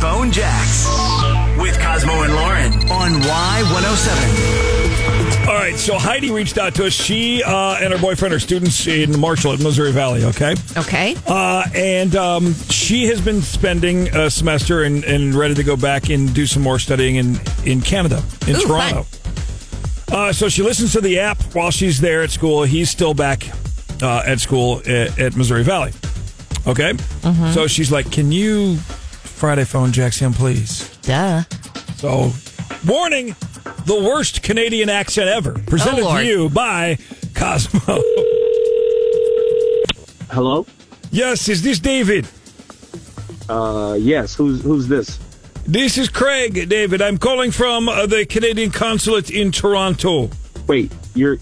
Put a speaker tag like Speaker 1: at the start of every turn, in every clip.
Speaker 1: Bone Jacks with Cosmo and Lauren on Y107.
Speaker 2: All right, so Heidi reached out to us. She uh, and her boyfriend are students in Marshall at Missouri Valley, okay?
Speaker 3: Okay.
Speaker 2: Uh, and um, she has been spending a semester and, and ready to go back and do some more studying in, in Canada, in
Speaker 3: Ooh,
Speaker 2: Toronto. Uh, so she listens to the app while she's there at school. He's still back uh, at school at, at Missouri Valley, okay? So she's like, Can you Friday phone Jackson, please?
Speaker 3: Duh.
Speaker 2: So, warning the worst Canadian accent ever. Presented to
Speaker 3: Lord.
Speaker 2: you by Cosmo.
Speaker 4: Hello?
Speaker 2: yes, is this David?
Speaker 4: Uh, yes. Who's who's this?
Speaker 2: This is Craig, David. I'm calling from uh, the Canadian consulate in Toronto.
Speaker 4: Wait, you're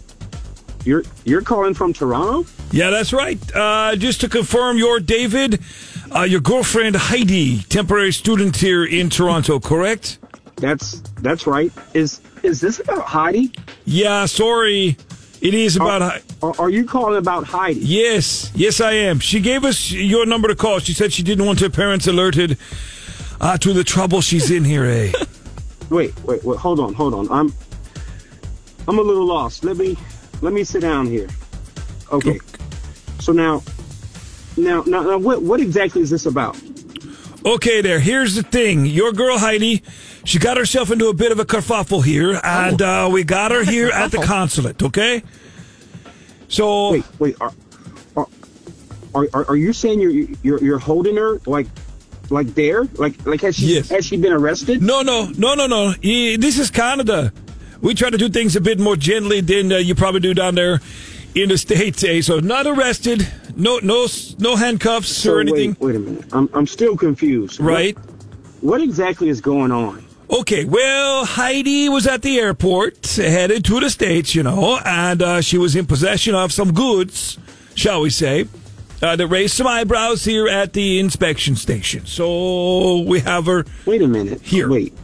Speaker 4: you're you're calling from Toronto?
Speaker 2: Yeah, that's right. Uh, just to confirm, you're David, uh, your girlfriend Heidi, temporary student here in Toronto, correct?
Speaker 4: That's that's right. Is is this about Heidi?
Speaker 2: Yeah, sorry. It is about. Hi-
Speaker 4: Are, are you calling about Heidi?
Speaker 2: Yes, yes, I am. She gave us your number to call. She said she didn't want her parents alerted uh, to the trouble she's in here, eh?
Speaker 4: Wait, wait, wait. Hold on, hold on. I'm I'm a little lost. Let me let me sit down here. Okay. So now now now, now what what exactly is this about?
Speaker 2: Okay, there. Here's the thing. Your girl Heidi, she got herself into a bit of a kerfuffle here, and
Speaker 4: Oh.
Speaker 2: uh, we got her here at the consulate. Okay. So
Speaker 4: Wait, wait. Are are are, are, are you saying you're, you're you're holding her like like there? Like like has she
Speaker 2: Yes.
Speaker 4: has she been arrested?
Speaker 2: no, no, no, no, no. Eh, This is Canada. We try to do things a bit more gently than uh, you probably do down there in the states. Eh? So not arrested. No, no, s- no handcuffs or anything.
Speaker 4: Wait, wait a minute. I'm, I'm still confused. What-
Speaker 2: Right.
Speaker 4: What, exactly is going on?
Speaker 2: Okay, well, Heidi was at the airport, headed to the States, you know, and uh, she was in possession of some goods, shall we say, uh, that raised some eyebrows here at the inspection station. So we have her.
Speaker 4: Wait a minute.
Speaker 2: Here.
Speaker 4: Wait.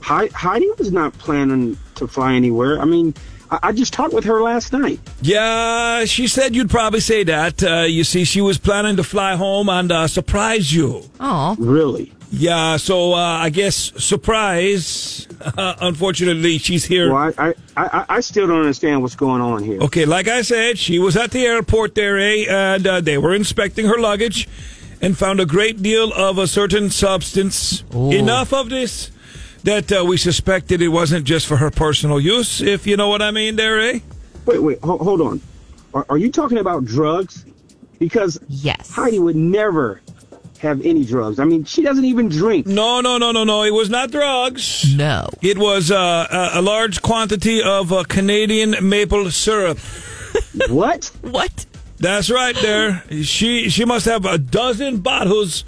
Speaker 4: Hei- Heidi was not planning to fly anywhere. I mean, I, I just talked with her last night.
Speaker 2: Yeah, she said you'd probably say that. Uh, you see, she was planning to fly home and uh, surprise you.
Speaker 3: Oh.
Speaker 4: Really?
Speaker 2: Yeah, so uh, I guess surprise. unfortunately, she's here.
Speaker 4: Well, I, I, I, I still don't understand what's going on here.
Speaker 2: Okay, like I said, she was at the airport there, eh? And uh, they were inspecting her luggage and found a great deal of a certain substance. Enough of this that uh, we suspected it wasn't just for her personal use, if you know what I mean there, eh?
Speaker 4: Wait, wait. Ho- hold on. Are, are you talking about drugs? Because
Speaker 3: Yes.
Speaker 4: Heidi would never have any drugs. I mean, she doesn't even drink.
Speaker 2: No, no, no, no, no. It was not drugs.
Speaker 3: No.
Speaker 2: It was uh, a, a large quantity of uh, Canadian maple syrup.
Speaker 4: what?
Speaker 3: What?
Speaker 2: That's right there. She she must have a dozen bottles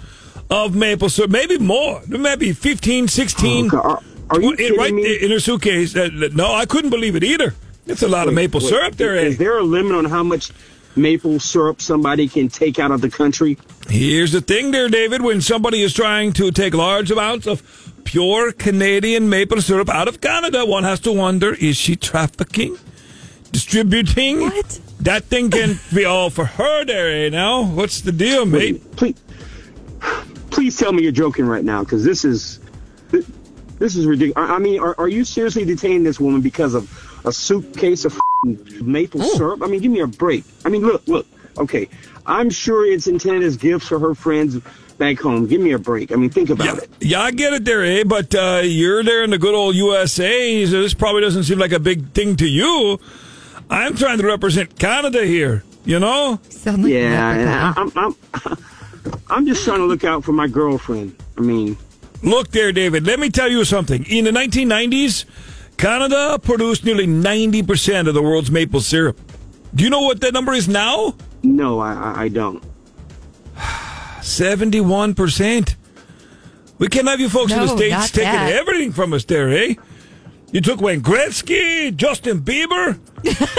Speaker 2: of maple syrup, maybe more. Maybe 15, 16.
Speaker 4: Okay, are- are you
Speaker 2: Well, it- right
Speaker 4: kidding me?
Speaker 2: in her suitcase. Uh, no, I couldn't believe it either. It's a lot of maple
Speaker 4: Wait,
Speaker 2: syrup there.
Speaker 4: Is
Speaker 2: eh?
Speaker 4: there a limit on how much maple syrup somebody can take out of the country?
Speaker 2: Here's the thing there, David. When somebody is trying to take large amounts of pure Canadian maple syrup out of Canada, one has to wonder, is she trafficking? Distributing?
Speaker 3: What?
Speaker 2: That thing can be all for her there, eh, now? What's the deal, mate?
Speaker 4: Please, please tell me you're joking right now, because this is thi- this is ridiculous. I I mean, are, are you seriously detaining this woman because of a suitcase of f***ing maple
Speaker 2: Oh.
Speaker 4: syrup? I mean, give me a break. I mean, look, look. Okay, I'm sure it's intended as gifts for her friends back home. Give me a break. I mean, think about
Speaker 2: Yeah,
Speaker 4: it.
Speaker 2: yeah, I get it there, eh? But uh, you're there in the good old USA, so this probably doesn't seem like a big thing to you. I'm trying to represent Canada here, you know?
Speaker 3: Sound like a
Speaker 4: Yeah, and I,
Speaker 3: leprechaun.
Speaker 4: I'm, I'm I'm just trying to look out for my girlfriend. I mean.
Speaker 2: Look there, David, let me tell you something. In the 1990s, Canada produced nearly 90% of the world's maple syrup. Do you know what that number is now?
Speaker 4: No, I, I, I don't.
Speaker 2: 71%. We can't have you folks in the
Speaker 3: No,
Speaker 2: States
Speaker 3: not
Speaker 2: taking
Speaker 3: that.
Speaker 2: everything from us there, eh? You took Wayne Gretzky, Justin Bieber.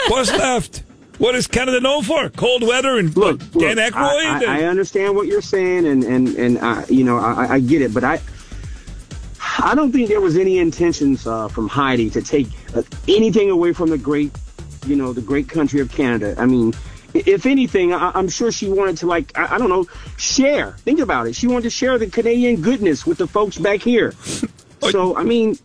Speaker 2: What's left? What is Canada known for? Cold weather and
Speaker 4: Look,
Speaker 2: Dan
Speaker 4: look I,
Speaker 2: Aykroyd? and-
Speaker 4: I, I understand what you're saying, and and and I, you know, I, I- I get it, but I, I don't think there was any intentions uh, from Heidi to take uh, anything away from the great, you know, the great country of Canada. I mean, if anything, I, I'm sure she wanted to like I, I don't know share. Think about it. She wanted to share the Canadian goodness with the folks back here. So I mean,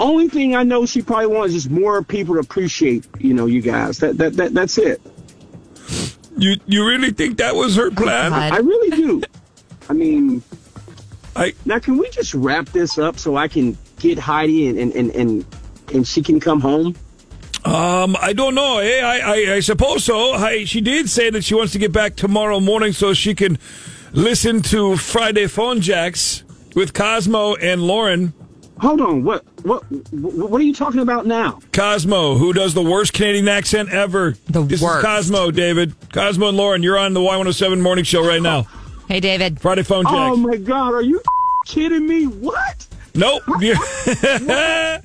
Speaker 4: only thing I know she probably wants is more people to appreciate you know you guys. That that, that that's it.
Speaker 2: You you really think that was
Speaker 3: Oh,
Speaker 2: her plan?
Speaker 4: I really do. I mean,
Speaker 2: I
Speaker 4: now can we just wrap this up so I can get Heidi and and and and, and she can come home?
Speaker 2: um I don't know. Eh? I, I I suppose so. I, she did say that she wants to get back tomorrow morning so she can listen to Friday phone jacks with Cosmo and Lauren.
Speaker 4: Hold on. What what what what are you talking about now?
Speaker 2: Cosmo, who does the worst Canadian accent ever.
Speaker 3: The
Speaker 2: this
Speaker 3: worst.
Speaker 2: is Cosmo, David. Cosmo and Lauren, you're on the Y107 morning show right now.
Speaker 3: Hey, David.
Speaker 2: Friday phone
Speaker 3: Um,
Speaker 2: jacks.
Speaker 4: Oh my God! Are you kidding me? What?
Speaker 2: Nope. You-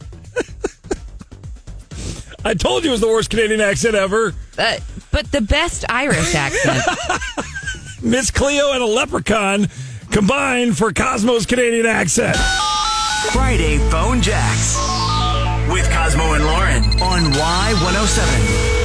Speaker 2: I told you it was the worst Canadian accent ever.
Speaker 3: Uh, but the best Irish accent.
Speaker 2: Miss Cleo and a leprechaun combined for Cosmo's Canadian accent.
Speaker 1: oh Friday Phone Jacks with Cosmo and Lauren on Y107.